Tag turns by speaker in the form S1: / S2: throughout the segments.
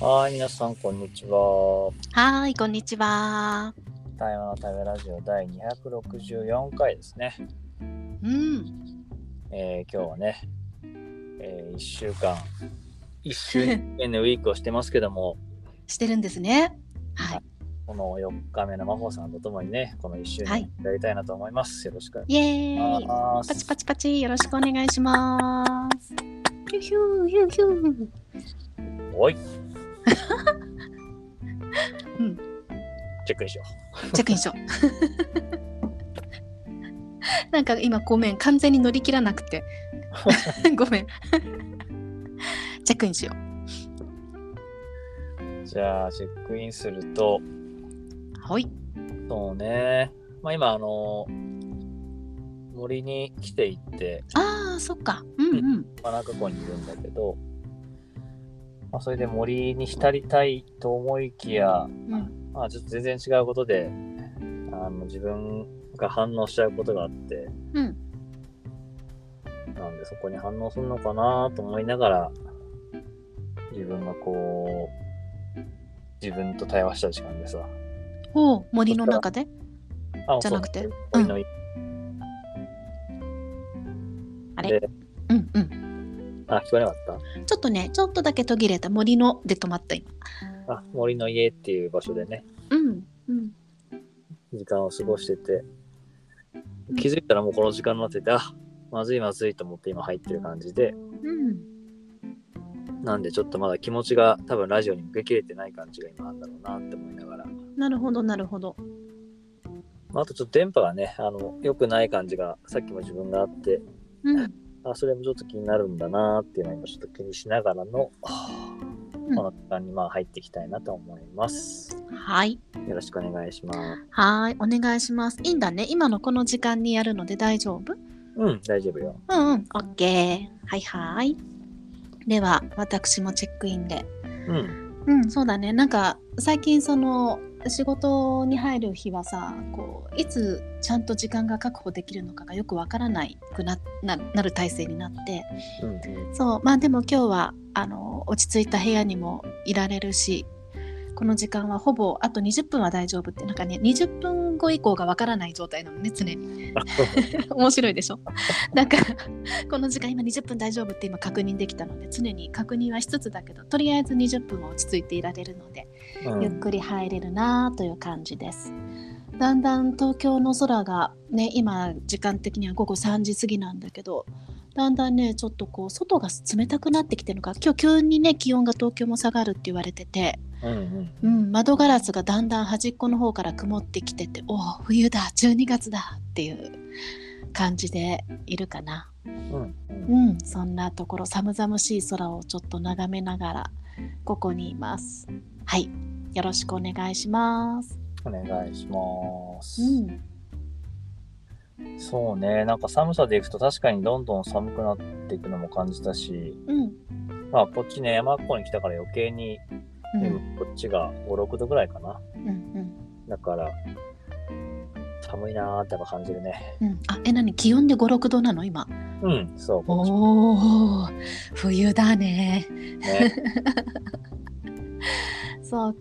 S1: はい、皆さん、こんにちは。
S2: はーい、こんにちは。
S1: 台湾のためラジオ第264回ですね。
S2: うん。
S1: えー今日はね、え1週間、1週間のウィークをしてますけども、
S2: してるんですね。はい。
S1: この4日目の真帆さんとともにね、この1週
S2: は
S1: 間
S2: い
S1: やりたいなと思います。よろしくお
S2: イエ
S1: 願い
S2: ー
S1: し
S2: イ。
S1: ま
S2: パチ
S1: す。
S2: パチパチ、よろしくお願いします。ヒューヒューヒューヒュー。
S1: おい、
S2: うん
S1: チェックインしよ
S2: チェックインしよう。なんか今ごめん、完全に乗り切らなく て。ごめん。チェックインしよ
S1: う。じゃあ、チェックインすると、
S2: う。はい。
S1: そうね、まあ今、あの森に来ていて、
S2: ああ、そっか。うんうん。
S1: 真中湖にいるんだけど、まあ、それで森に浸りたいと思いきや、
S2: うん。
S1: まあ、ちょっと全然違うことであの自分が反応しちゃうことがあって
S2: うん。
S1: なんでそこに反応するのかなと思いながら自分がこう自分と対話した時間でさ
S2: おお、森の中で。
S1: あ
S2: じゃなくて
S1: そう
S2: うん
S1: 森の
S2: あ
S1: で
S2: れ。うんうん。
S1: あ聞こえなかっ
S2: ちょっとね、ちょっとだけ途切れた森ので止まった今。
S1: たあ森の家っていう場所でね
S2: うんうん。
S1: 時間を過ごしてて気づいたらもうこの時間になっててあまずいまずいと思って今入ってる感じで
S2: うん。
S1: なんでちょっとまだ気持ちが多分ラジオに向けきれてない感じが今あるんだろうなって思いながら、
S2: なるほどなるほど。
S1: まあ、あとちょっと電波がねあの良くない感じがさっきも自分があって
S2: うん。
S1: あそれもちょっと気になるんだなっていうのを今ちょっと気にしながらの、
S2: ん
S1: この時間にまあ入っていきたいなと思います。
S2: はい。
S1: よろしくお願いします。
S2: はーい。お願いします。いいんだね。今のこの時間にやるので大丈夫
S1: うん大丈夫よ。
S2: うんうん。オッケー。はいはい。では、私もチェックインで。
S1: うん
S2: うん、そうだね。なんか、最近その、仕事に入る日はさこういつちゃんと時間が確保できるのかがよくわからないくなななる体制になって
S1: うんうん
S2: そうまあでも今日はあの落ち着いた部屋にもいられるしこの時間はほぼあと20分は大丈夫ってなんかね20分後以降がわからない状態なのね常に
S1: あそう
S2: 面白いでしょだからこの時間今20分大丈夫って今確認できたので常に確認はしつつだけどとりあえず20分は落ち着いていられるので
S1: うん
S2: ゆっくり入れるなという感じです。だんだん東京の空がね今時間的には午後3時過ぎなんだけどだんだんねちょっとこう外が冷たくなってきてるのか今日急にね気温が東京も下がるって言われてて、
S1: うんうん
S2: うん、窓ガラスがだんだん端っこの方から曇ってきてておお冬だ12月だっていう感じでいるかな。
S1: うんうん
S2: うん、そんなところ寒々しい空をちょっと眺めながらここにいます。はい、よろしくお願いします。
S1: お願いします。
S2: うん、
S1: そうねなんか寒さでいくと確かにどんどん寒くなっていくのも感じたし。
S2: うん、
S1: まあ、こっちね、山っこに来たから余計に、
S2: うん、
S1: 今こっちが5、6度ぐらいかな。
S2: うん、
S1: だから、寒いなーってやっぱ感じるね。
S2: うん。あ、え、何気温で5、6度なの今。
S1: うん、そう、こっちも
S2: おお、冬だね。
S1: ね。
S2: そっ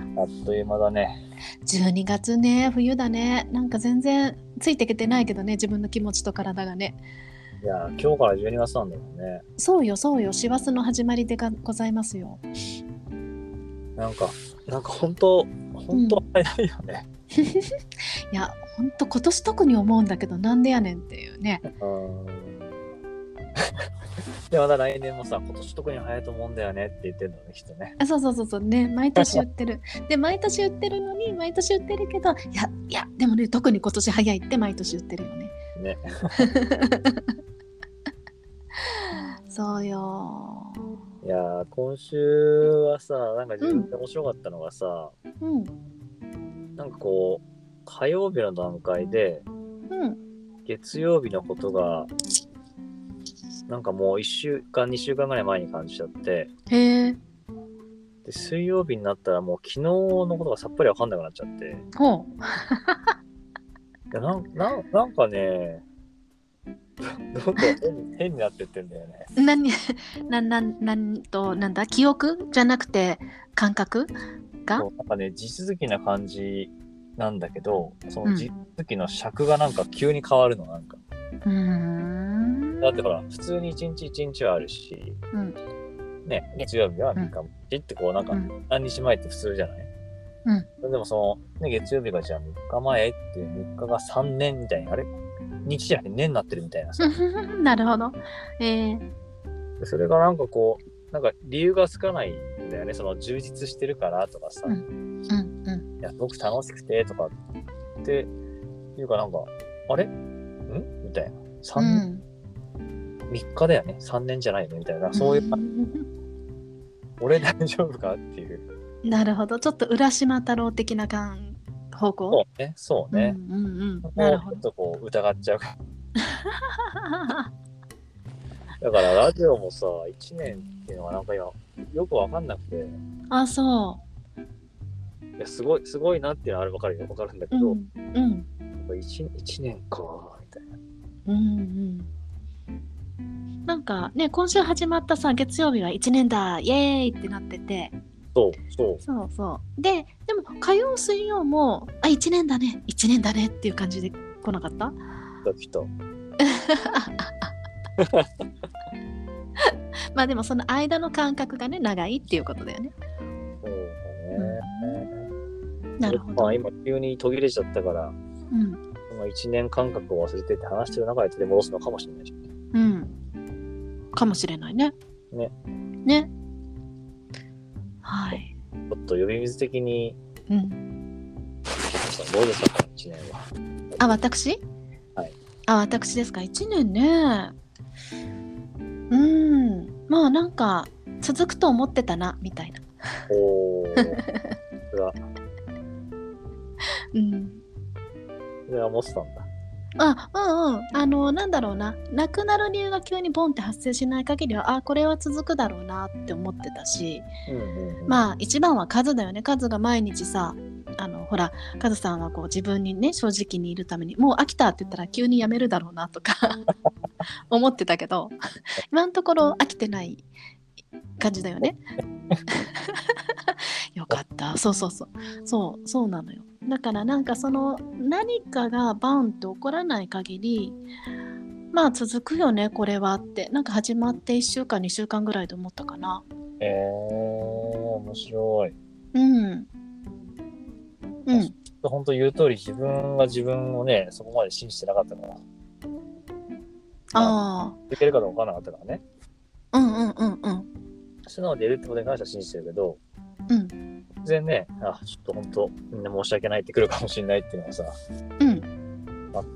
S1: あっという間だね。
S2: 12月ね、冬だね。なんか全然ついてきてないけどね、自分の気持ちと体がね。
S1: いやー、今日から12月なんだよね。
S2: そうよ、そうよ、師走の始まりでがございますよ。
S1: なんか、なんか本当、本当早いよね。
S2: いや、ほんと今年特に思うんだけど、なんでやねんっていうね。
S1: うん。 で、また来年もさ、今年特に早いと思うんだよねって言ってんのね、きっとね。
S2: あそうそうそうそうね毎年言ってるで毎年言ってるのに毎年言ってるけどいやいやでもね特に今年早いって毎年言ってるよね
S1: ね。
S2: そうよ
S1: いやー、今週はさ、なんか自分で面白かったのがさ、
S2: うん
S1: なんかこう、火曜日の段階で、
S2: うん
S1: 月曜日のことがなんかもう1週間2週間ぐらい前に感じちゃって
S2: へえ
S1: で水曜日になったらもう昨日のことがさっぱり分かんなくなっちゃってい
S2: ほう
S1: やなんなんなんかねどんどん変に 変になってってんだよね。
S2: 何なんなんなんとなんだ記憶じゃなくて感覚が
S1: そうなんかね、地続きな感じなんだけど、そうの
S2: ん
S1: 地続きの尺がなんか急に変わるの、なんか。
S2: うーん
S1: だってほら、普通に一日一日はあるし、
S2: うん
S1: ね、月曜日は3日もちってこう、なんか
S2: うん
S1: 何日前って普通じゃない、でもその、ね、月曜日がじゃあ3日前って3日が3年みたいな、あれ日じゃなくて年になってるみたいなさ。
S2: なるほどえー、
S1: でそれがなんかこう、なんか理由がつかないんだよね。その充実してるからとかさ、
S2: うんうんうん
S1: いや、すごく楽しくてとかっていうかなんか、あれんみたいな。
S2: う
S1: 3、
S2: ん
S1: 3日だよね ?3 年じゃないよねみたいな。そういう、俺大丈夫かっていう。
S2: なるほどちょっと浦島太郎的な感方
S1: そ
S2: 向
S1: うね、そうね。
S2: うんうんうん
S1: そこを
S2: なる
S1: ち
S2: ほ
S1: ょ
S2: ど
S1: っとこう疑っちゃうからだからラジオもさ、1年っていうのがなんか今、よくわかんなくて、い
S2: あそ
S1: やすごい、すごいなっていうのはあれわかるよ、わかるんだけ
S2: うう
S1: ど、
S2: んうん
S1: やっぱ 1, 1年か、みたいな。
S2: うんうんなんかね今週始まったさ月曜日は1年だイエーイってなってて
S1: そう、そう。
S2: そうそうででも火曜水曜もあ1年だね1年だねっていう感じで来なかった
S1: 来た来た。
S2: まあでもその間の間隔がね長いっていうことだよね
S1: そうだね。
S2: なるほど、
S1: まあ今、急に途切れちゃったから、
S2: うん
S1: その1年間隔を忘れてって話してる中で取り戻すのかもしれないし。
S2: うんかもしれないね
S1: ね
S2: ねはい
S1: ちょっと呼び水的に、
S2: うん
S1: どうでしたか、1年は。
S2: あ、私
S1: はい。
S2: あ、私ですか。1年ね。うん。まあなんか、続くと思ってたな、みたいな。
S1: おー。それは、
S2: うん。
S1: それは持ってたんだ。
S2: あ、うんうん。あの、なんだろうな。なくなる理由が急にボンって発生しない限りは、あ、これは続くだろうなって思ってたし、
S1: うんうん、うん。あ、
S2: まあ一番は数だよね。数が毎日さ、あのほらカズさんはこう自分にね正直にいるためにもう飽きたって言ったら急にやめるだろうな とか思ってたけど今のところ飽きてない感じだ よね。よかったそうそうそうそうそうなのよだからなんかその何かがバンって起こらない限りまあ続くよねこれはってなんか始まって1週間2週間ぐらいで思ったかな。
S1: えー、面白い。
S2: うん。うん。
S1: 本当言う通り、自分が自分をね、そこまで信じてなかったから、
S2: あ
S1: いけるかどうかわからなかったからね。
S2: あ。うんうんうんうん。
S1: 素直でいるってことに関しては信じてるけど、
S2: うん
S1: 全然ね、あ、ちょっと本当、みんな申し訳ないってくるかもしれないっていうのはさ、
S2: うん。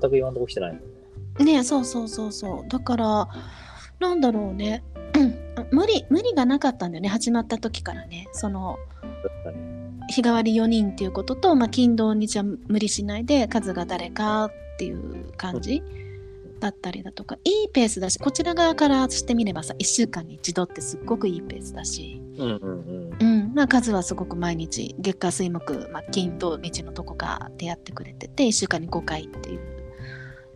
S1: 全く今のとこ来てないもんね。
S2: ねえそうそうそうそう。だから、なんだろうね。うん無理無理がなかったんだよね始まった時からねその
S1: 確かに。
S2: 日替わり4人っていうことと、まあ、勤労にじゃ無理しないで数が誰かっていう感じだったりだとかいいペースだしこちら側からしてみればさ1週間に一度ってすっごくいいペースだし、
S1: うんうんうん。
S2: うん、まあ数はすごく毎日月火水木、まあ、金土日のとこかでやってくれてて1週間に5回っていう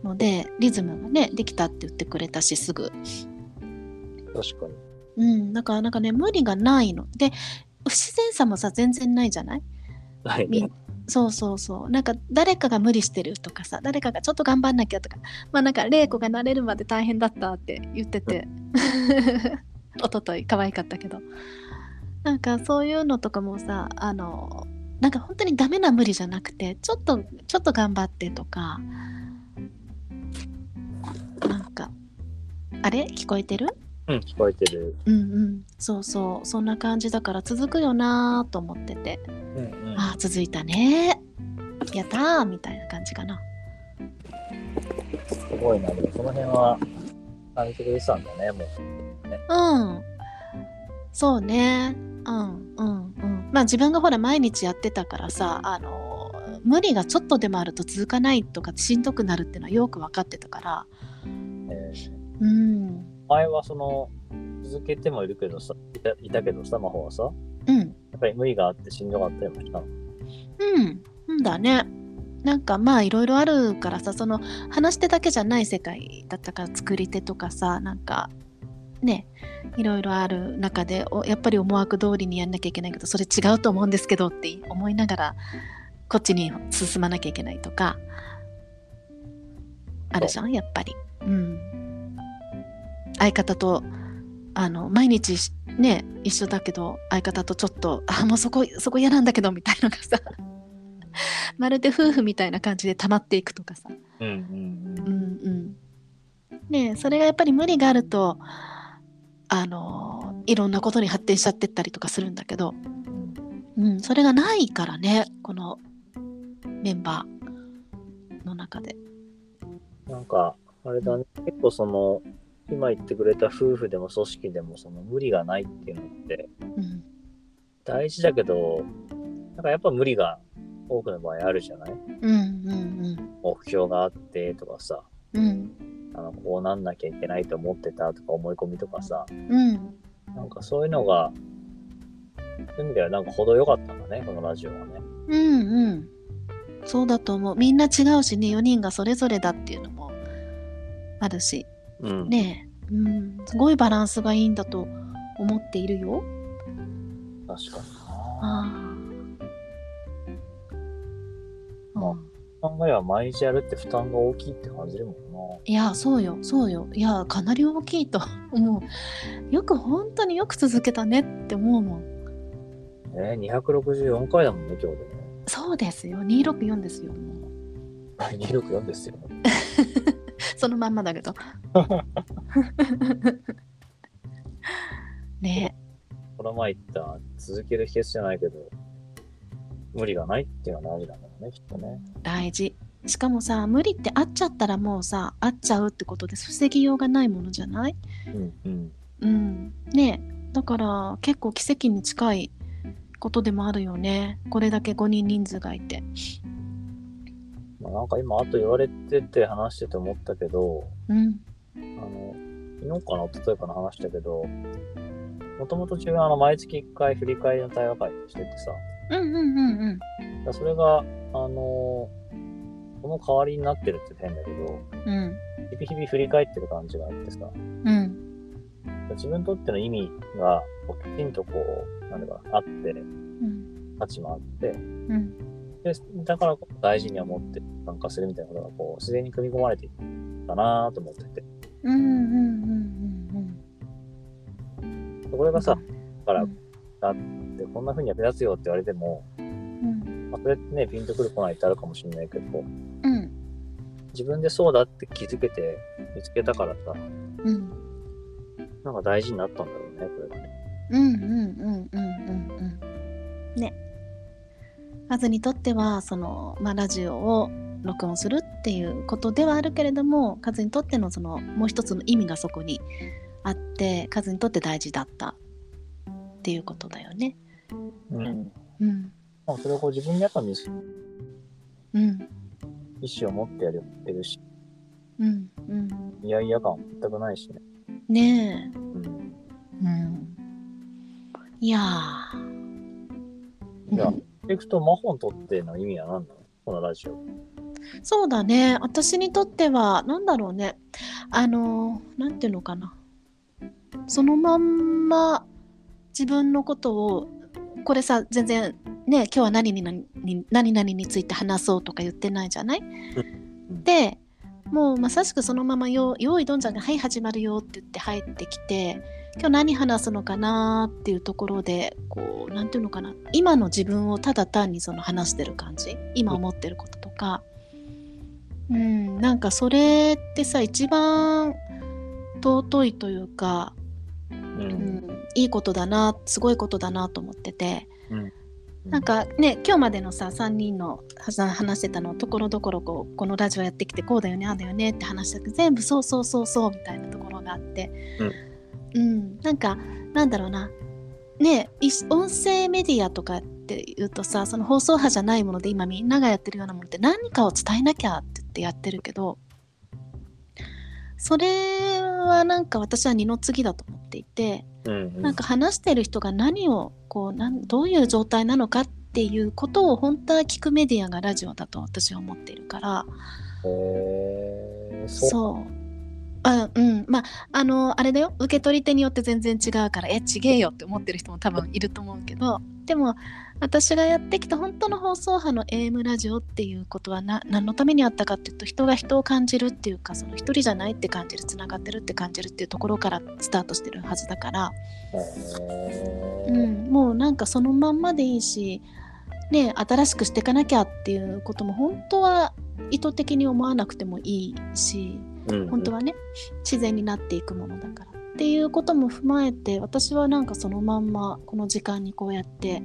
S2: のでリズムがねできたって言ってくれたしすぐ、
S1: 確かに。
S2: うん、だからなんかね無理がないので不自然さもさ全然ないじゃない
S1: はい
S2: みん
S1: ね。
S2: そうそうそうなんか誰かが無理してるとかさ誰かがちょっと頑張んなきゃとかまあなんか玲子が慣れるまで大変だったって言ってて 一昨日可愛かったけどなんかそういうのとかもさあのなんか本当にダメな無理じゃなくてちょっとちょっと頑張ってとかなんかあれ聞こえてる
S1: うん、聞こえてる。
S2: うんうんそうそうそんな感じだから続くよなーと思ってて
S1: うんうん
S2: あー続いたねやったーみたいな感じかな
S1: すごいな。でもその辺は、感じてくれてたんだね、もう。
S2: うんそうねうんうんうんまあ自分がほら毎日やってたからさあのー無理がちょっとでもあると続かないとかしんどくなるっていうのはよく分かってたから
S1: えー
S2: うん
S1: 前はその、続けてもいるけどさ、いたいたけどさ、魔法はさ、や
S2: うん
S1: っぱり無理があってしんどかったりもしたの。
S2: うんうんだねなんかまあいろいろあるからさその話し手だけじゃない世界だったから作り手とかさなんかねいろいろある中でおやっぱり思惑通りにやんなきゃいけないけどそれ違うと思うんですけどって思いながらこっちに進まなきゃいけないとかあるじゃんやっぱり。うん、相方とあの毎日しね一緒だけど相方とちょっとあもうそこそこ嫌なんだけどみたいなのがさまるで夫婦みたいな感じで溜まっていくとかさ
S1: うんう
S2: うんんうん、ねえそれがやっぱり無理があるとあのいろんなことに発展しちゃってったりとかするんだけど、
S1: うん。
S2: うん、それがないからねこのメンバーの中で。
S1: なんか、あれだね、結構その、今言ってくれた夫婦でも組織でも、その無理がないっていうのって
S2: うん
S1: 大事だけど、なんかやっぱ無理が多くの場合あるじゃない
S2: うんうん
S1: 目標があってとかさ、
S2: うんうん
S1: あの、こうなんなきゃいけないと思ってたとか思い込みとかさ、
S2: うん
S1: なんかそういうのが、そういう意味ではなんか程よかったんだね、このラジオはね。
S2: うんうんそうだと思うみんな違うしね4人がそれぞれだっていうのもあるし
S1: うん
S2: ねえ、うん、すごいバランスがいいんだと思っているよ。
S1: 確かにな。
S2: ああ。
S1: まあ考えは毎日やるって負担が大きいって感じるもん
S2: いやそうよそうよいやかなり大きいと 思うよく本当によく続けたねって思うもん
S1: な。ね、264回だもんね、 今日でね。
S2: そうですよ264ですよもう
S1: 264ですよ。
S2: そのまんまだけどね
S1: この前言った続ける秘訣じゃないけど、無理がないっていうのは大事なんだろうね、きっとね。
S2: 大事しかもさ無理って会っちゃったらもうさ会っちゃうってことで防ぎようがないものじゃない
S1: うんうん。
S2: うんねえだから結構奇跡に近いことでもあるよねこれだけ5人人数がいて
S1: まあ、なんか今、あと言われてて話してて思ったけど、
S2: うん
S1: あの、昨日かな、一昨日かな話したけど、もともと自分はあの毎月1回振り返りの対話会しててさ、
S2: うんうんうんう
S1: だ
S2: ん
S1: からそれが、あのその代わりになってるって言って変だけど、
S2: うん
S1: 日々日々振り返ってる感じがあってさ、
S2: うん
S1: 自分にとっての意味が、こうきちんとこう、なんだかな、あって、
S2: うん
S1: 価値もあって、
S2: うん
S1: で、だからこう大事に思って参加するみたいなことがこう自然に組み込まれていったなぁと思ってて。
S2: うんうんうんうん
S1: これ
S2: う
S1: が
S2: ん
S1: さ、だから、でこんな風に役立つよって言われても、
S2: うん
S1: まあ、それってね、ピンとくる来ないってあるかもしれないけど、
S2: うん
S1: 自分でそうだって気づけて見つけたからさ、
S2: うん
S1: なんか大事になったんだろうね、これがね。
S2: うんうんうんうんうんうんねまずにとってはその、まあ、ラジオを録音するっていうことではあるけれどもカズにとってのそのもう一つの意味がそこにあってカズにとって大事だったっていうことだよね。
S1: うん。
S2: うん
S1: まあ、それをこう自分にやっぱ見つ
S2: うん
S1: 意思を持ってやれてるし、
S2: うんうん、
S1: いやいや感全くないしね。
S2: ねえ
S1: うん。
S2: うんいやー
S1: じゃあ、エクとマホにとっての意味は何なのこのラジオ。
S2: そうだね私にとっては何だろうねあのーなんていうのかなそのまんま自分のことをこれさ全然ね今日は何に何に何々について話そうとか言ってないじゃない
S1: ん
S2: でもうまさしくそのままよ「用意どんじゃんがはい始まるよ」って言って入ってきて今日何話すのかなっていうところでこうなんていうのかな今の自分をただ単にその話してる感じ今思ってることとかうんなんかそれってさ一番尊いというか、
S1: う。
S2: うんん、いいことだなすごいことだなと思ってて。
S1: うん
S2: なん、かね今日までのさ3人のはさ話してたのところどころこうこのラジオやってきてこうだよねああだよねって話したけど全部そうそうそうそうみたいなところがあって、うんなんかなんだろうなねいし音声メディアとかっていうとさその放送派じゃないもので今みんながやってるようなものって何かを伝えなきゃって言ってやってるけどそれはなんか私は二の次だと思っていて。
S1: うん、
S2: なんか話してる人が何をこうなんどういう状態なのかっっていうことを本当は聞くメディアがラジオだと私は思っているから
S1: えー、そう。
S2: そうあうんまああのあれだよ受け取り手によって全然違うからえちげえよって思ってる人も多分いると思うけどでも私がやってきた本当の放送派の AM ラジオっていうことはな何のためにあったかっていうと人が人を感じるっていうかその一人じゃないって感じるつながってるって感じるっていうところからスタートしてるはずだから
S1: え
S2: う
S1: ー
S2: ん、もうなんかそのまんまでいいし、ね、新しくしていかなきゃっていうことも本当は意図的に思わなくてもいいし
S1: うん
S2: 本当はね自然になっていくものだからっていうことも踏まえて私はなんかそのまんまこの時間にこうやって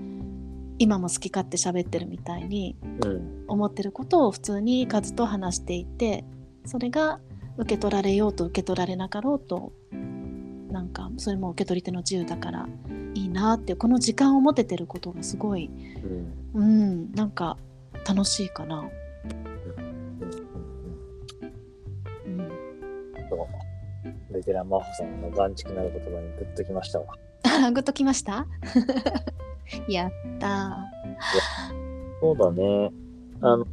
S2: 今も好き勝手喋ってるみたいに
S1: うん。
S2: 思ってることを普通に数と話していてそれが受け取られようと受け取られなかろうとなんかそれも受け取り手の自由だからいいなっていうこの時間を持ててることがすごい
S1: うん。
S2: うんなんか楽しいかな。
S1: うん。うん。
S2: うん、
S1: そう。ベテランマホさんの眼畜なる言葉にグッときましたわ。
S2: あグッときました やった
S1: そうだね。
S2: ー
S1: あの、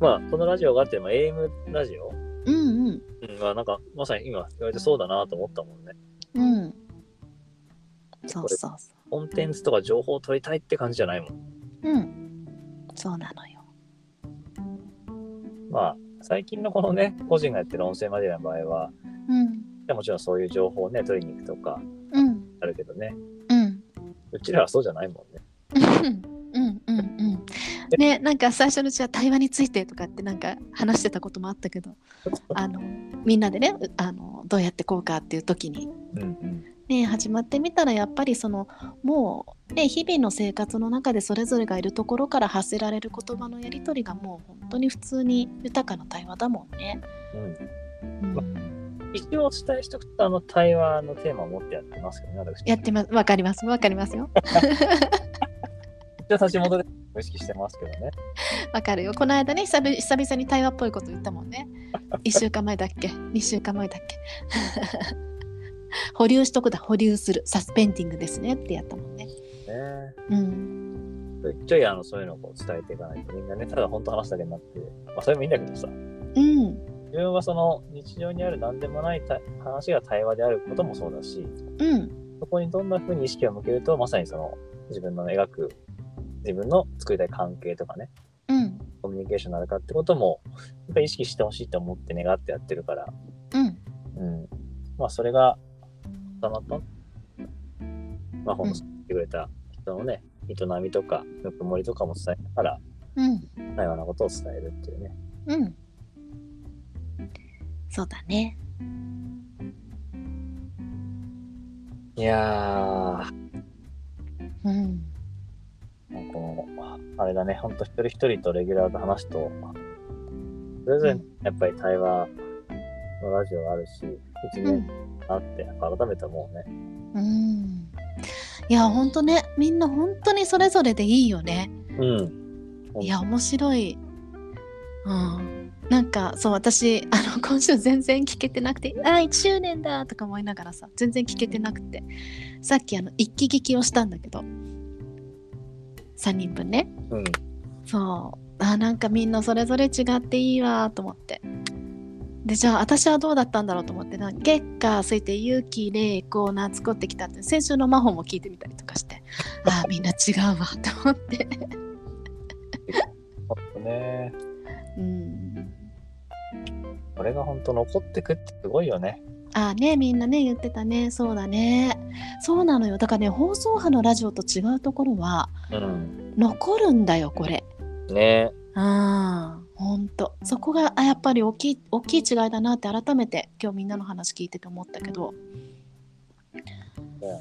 S1: まあ、このラジオがあっても AM ラジオ、
S2: うんうん
S1: うん、まあなんか、まさに今言われてそうだなと思ったもんね。
S2: うんそうそうそ
S1: コンテンツとか情報を取りたいって感じじゃないもん。
S2: ううんそうなのよ
S1: まあ、最近のこのね、個人がやってる音声マディアの場合は、
S2: うん
S1: もちろんそういう情報をね、取りに行くとか
S2: うん
S1: あるけどね、
S2: うん
S1: うちらはそうじゃないもんね。
S2: うんうんうんうんねなんか最初のうちは対話についてとかってなんか話してたこともあったけどあのみんなでねうあのどうやってこうかっていう時に、
S1: うんうん。
S2: ね、始まってみたらやっぱりそのもう、ね、日々の生活の中でそれぞれがいるところから発せられる言葉のやり取りがもう本当に普通に豊かな対話だもんね。うん、
S1: 一応お伝えしておくと、あの、対話のテーマを持ってやってますけどね、私。
S2: やってますわかりますわかりますよ
S1: 一応立ち戻りを意識してますけどね。
S2: わかるよこの間ね久々久々に対話っぽいこと言ったもんね。1週間前だっけ2週間前だっけ 保留しとくだ保留するサスペンディングですねってやったもんね
S1: ね
S2: うん
S1: ちょいちょいあのそういうのをこう伝えていかないとみんなね、ただ本当話すだけになって、まあそれもいいんだけどさ、
S2: うん
S1: 自分はその日常にある何でもないた話が対話であることもそうだし、
S2: うん
S1: そこにどんな風に意識を向けると、まさにその自分の描く、自分の作りたい関係とかね、
S2: うん
S1: コミュニケーションになるかってことも、やっぱり意識してほしいと思って願ってやってるから、
S2: うん
S1: うん。まあそれが、たまたま、まあ本の作ってくれた人のね、営みとか、ぬくもりとかも伝えながら、
S2: うん
S1: なようなことを伝えるっていうね。
S2: うんそうだね
S1: いや
S2: うん
S1: ー、この、あれだね、ほんと一人一人とレギュラーと話すと、それぞれ
S2: うん
S1: やっぱり対話のラジオがあるし、一
S2: う
S1: 年
S2: ん
S1: あって、改めて思うね。
S2: うんいやほんとねみんな本当にそれぞれでいいよね
S1: うん。
S2: いや面白い、うん、なんかそう私 あの今週全然聞けてなくて「あ1周年だ!」とか思いながらさ全然聞けてなくてさっきあの一気聞きをしたんだけど3人分ね
S1: うん。
S2: そうあなんかみんなそれぞれ違っていいわと思ってでじゃあ私はどうだったんだろうと思ってなんか月下ついて勇気玲子夏子ってきたって先週の真帆も聞いてみたりとか してあみんな違うわと思って。
S1: ほんとね、
S2: うん
S1: これがほんと残ってくってすごいよね。
S2: あねみんなね言ってたねそうだねそうなのよだからね放送波のラジオと違うところは
S1: うん。
S2: 残るんだよこれ
S1: ね
S2: あーほんとそこがあやっぱり大きい大きい違いだなって改めて今日みんなの話聞いてて思ったけど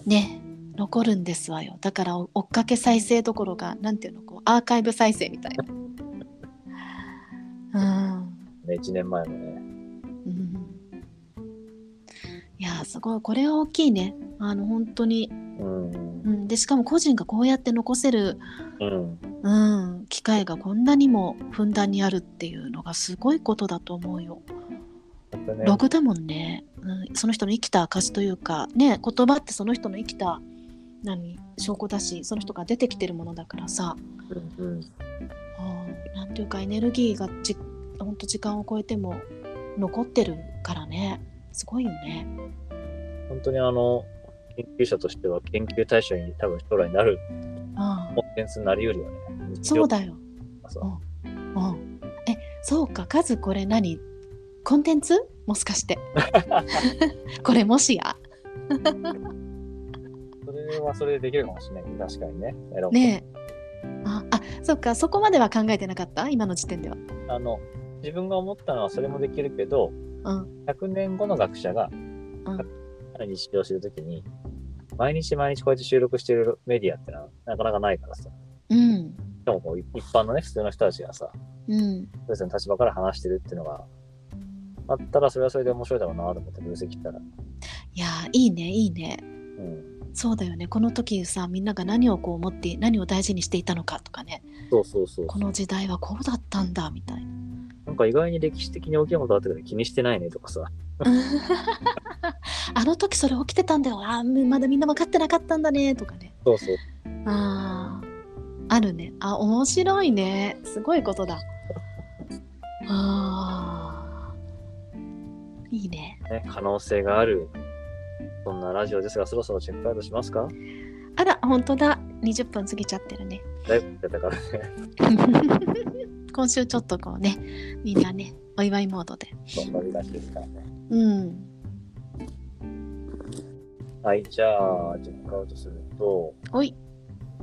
S2: ね残るんですわよだからお追っかけ再生どころがなんていうのこうアーカイブ再生みたいなうん
S1: ね、1年前もね。
S2: うんいやーすごいこれは大きいねあの本当に、
S1: うん
S2: う。ん、でしかも個人がこうやって残せる、
S1: うん。
S2: うん、機会がこんなにもふんだんにあるっていうのがすごいことだと思うよ。
S1: ほんとね
S2: ログだもんね、うん、その人の生きた証というかね言葉ってその人の生きた何証拠だしその人が出てきてるものだからさ、
S1: うんうん。
S2: うん、なんていうかエネルギーがじほんと時間を超えても残ってるからねすごいよね。
S1: 本当にあの、研究者としては研究対象に多分将来なる
S2: うん
S1: コンテンツになるよりはね。
S2: そうだよ。
S1: そう
S2: うんうん、えそうかカズこれ何コンテンツもしかしてこれもしや
S1: それはそれでできるかもしれない。確かにね。エロ
S2: ねえああそっかそこまでは考えてなかった今の時点では。
S1: あの、自分が思ったのはそれもできるけど、
S2: うん
S1: 100年後の学者が、に使用するときに、毎日毎日こうやって収録してるメディアってのはなかなかないからさ。
S2: うん
S1: でもこう一般のね、普通の人たちがさ、
S2: うん
S1: それぞれの立場から話してるっていうのがあったら、それはそれで面白いだろうなと思って分析したら。
S2: いやーいいねいいね
S1: うん。
S2: そうだよねこの時さみんなが何をこう思って何を大事にしていたのかとかね
S1: そうそうそう。
S2: この時代はこうだったんだみたいな。
S1: なんか意外に歴史的に大きなことあったけど気にしてないねとかさ。
S2: あの時それ起きてたんだよあーまだみんな分かってなかったんだねとかね。
S1: そうそう。
S2: あーあるねあ面白いねすごいことだあーいいね
S1: ね、可能性がある。そんなラジオですが、そろそろチェックアウトしますか
S2: あら本当だ20分過ぎちゃってるね
S1: だいぶやったからね。
S2: 今週ちょっとこうねみんなねお祝いモードで
S1: そんな出しですからね。
S2: うん
S1: はい、じゃあ、チェックアウトすると、
S2: おい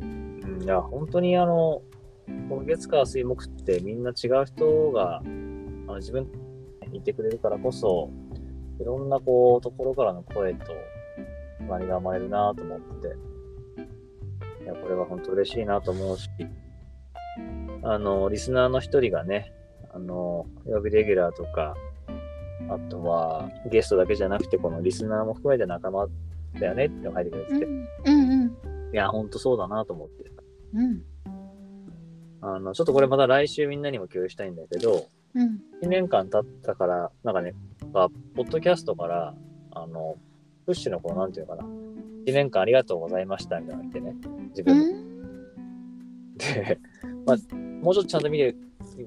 S1: うんいや、本当にあの、今月から水木ってみんな違う人が、あの自分にいてくれるからこそ、いろんなこう、ところからの声と、何が生まれるなと思ってて、いや、これは本当嬉しいなと思うし、あの、リスナーの一人がね、あの、曜日レギュラーとか、あとはゲストだけじゃなくて、このリスナーも含めて仲間だよねって書いてくれて
S2: う
S1: て、
S2: んうん
S1: いや、本当そうだなと思って。
S2: うんうん
S1: あの、ちょっとこれまた来週みんなにも共有したいんだけど、
S2: うん
S1: 1年間経ったから、なんかね、あポッドキャストから、あの、プッシュのこう、なんていうのかな、1年間ありがとうございましたみたいなのが来てね、自
S2: う
S1: 分
S2: ん
S1: で、まあ、もうちょっとちゃんと見て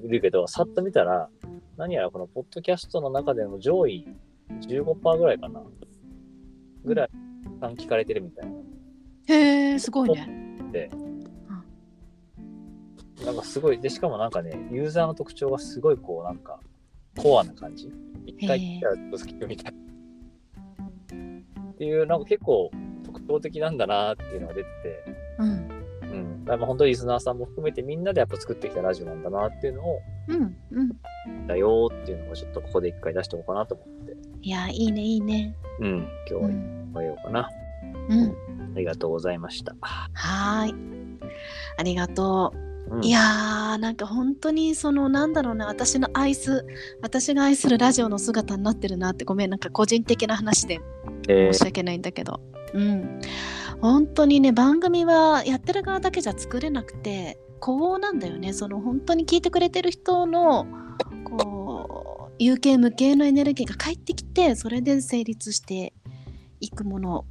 S1: るけど、さっと見たら、何やらこのポッドキャストの中でも上位15%ぐらいかな、ぐらい、聞かれてるみたいな。
S2: へえすごいね
S1: って、なんかすごいでしかもなんかねユーザーの特徴がすごいこうなんかコアな感じ一回聞いたらずっと好きみたいっていうなんか結構特徴的なんだなっていうのが出て
S2: うん
S1: て、うん、だからまあ本当にリスナーさんも含めてみんなでやっぱ作ってきたラジオなんだなっていうのを
S2: うんうん
S1: だよーっていうのをちょっとここで一回出しておこうかなと思って、
S2: いやいいねいいね
S1: うん、今日
S2: う
S1: は
S2: ん
S1: 終えようかな、
S2: うん
S1: ありがとうございました、
S2: はーいありがとう
S1: うん、
S2: いやーなんか本当にそのなんだろうな私の愛す私が愛するラジオの姿になってるなってごめんなんか個人的な話で
S1: え
S2: 申し
S1: ー
S2: 訳ないんだけど、うん本当にね番組はやってる側だけじゃ作れなくてこうなんだよねその本当に聞いてくれてる人のこう有形無形のエネルギーが返ってきてそれで成立していくもの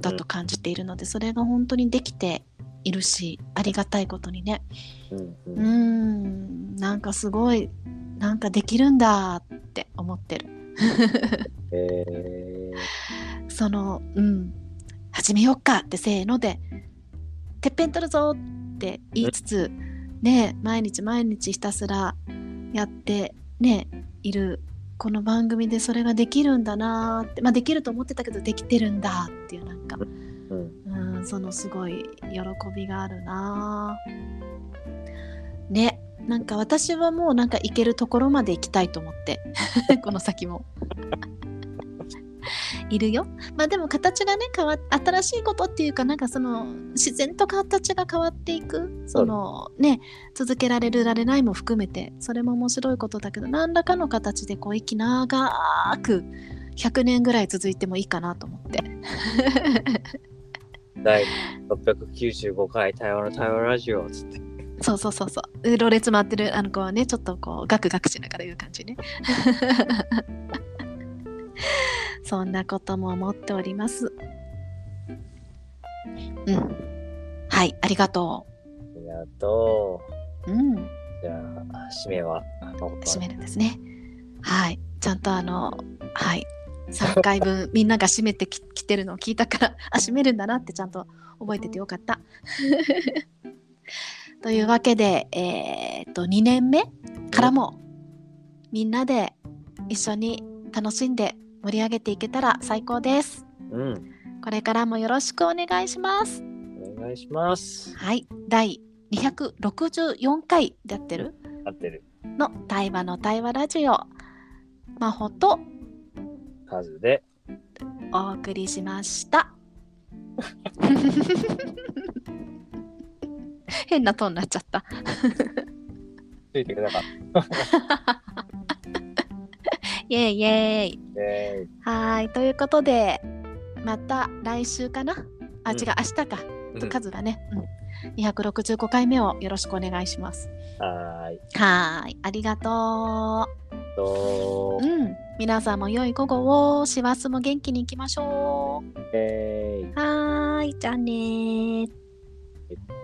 S2: だと感じているので、それが本当にできているしありがたいことにね
S1: うんう
S2: うんーんなんかすごいなんかできるんだって思ってる
S1: えー
S2: そのうん始めよっかってせーのでてっぺん取るぞって言いつつね毎日毎日ひたすらやってねいるこの番組でそれができるんだなーってまあできると思ってたけどできてるんだっていうなんか
S1: うん
S2: うん、そのすごい喜びがあるなあねなんか私はもうなんか行けるところまで行きたいと思って この先も いるよまあでも形がね変わっ新しいことっていうかなんかその自然と形が変わっていくそのね続けられるられないも含めてそれも面白いことだけど何らかの形でこう息長く100年ぐらい続いてもいいかなと思って
S1: 第695回台湾の台湾ラジオつって。
S2: そうそうそうそう。うろれつ回ってるあの子はね、ちょっとこうガクガクしながら言う感じね。 そんなことも思っております。うん。はい、ありが
S1: あ
S2: と
S1: りがと
S2: う。うん。
S1: う。じゃあ、締めは、誠
S2: 締めるんですね。はい、ちゃんとあの、はい、3回分みんなが締めてき来てるのを聞いたから、 あ、締めるんだなってちゃんと覚えててよかった。 というわけで、えーっと、2年目からもみんなで一緒に楽しんで盛り上げていけたら最高です。
S1: うん。
S2: これからもよろしくお願いします。
S1: お願いします。
S2: はい、第264回でやってる
S1: 合ってる。
S2: の対話の対話ラジオ真帆と
S1: 数で。
S2: お送りしました 変なトーンになっちゃった
S1: ついてくれなかった。
S2: イエイイエイ
S1: え
S2: はーいということでまた来週かなあ、
S1: うん
S2: 違う明日か、
S1: ー
S2: と数だね、うん、265回目をよろしくお願いします
S1: はーい。
S2: はーいありがと
S1: と
S2: う、うん、皆さんも良い午後を師走も元気にいきましょう
S1: えー
S2: はーい、じゃあねー。
S1: えっと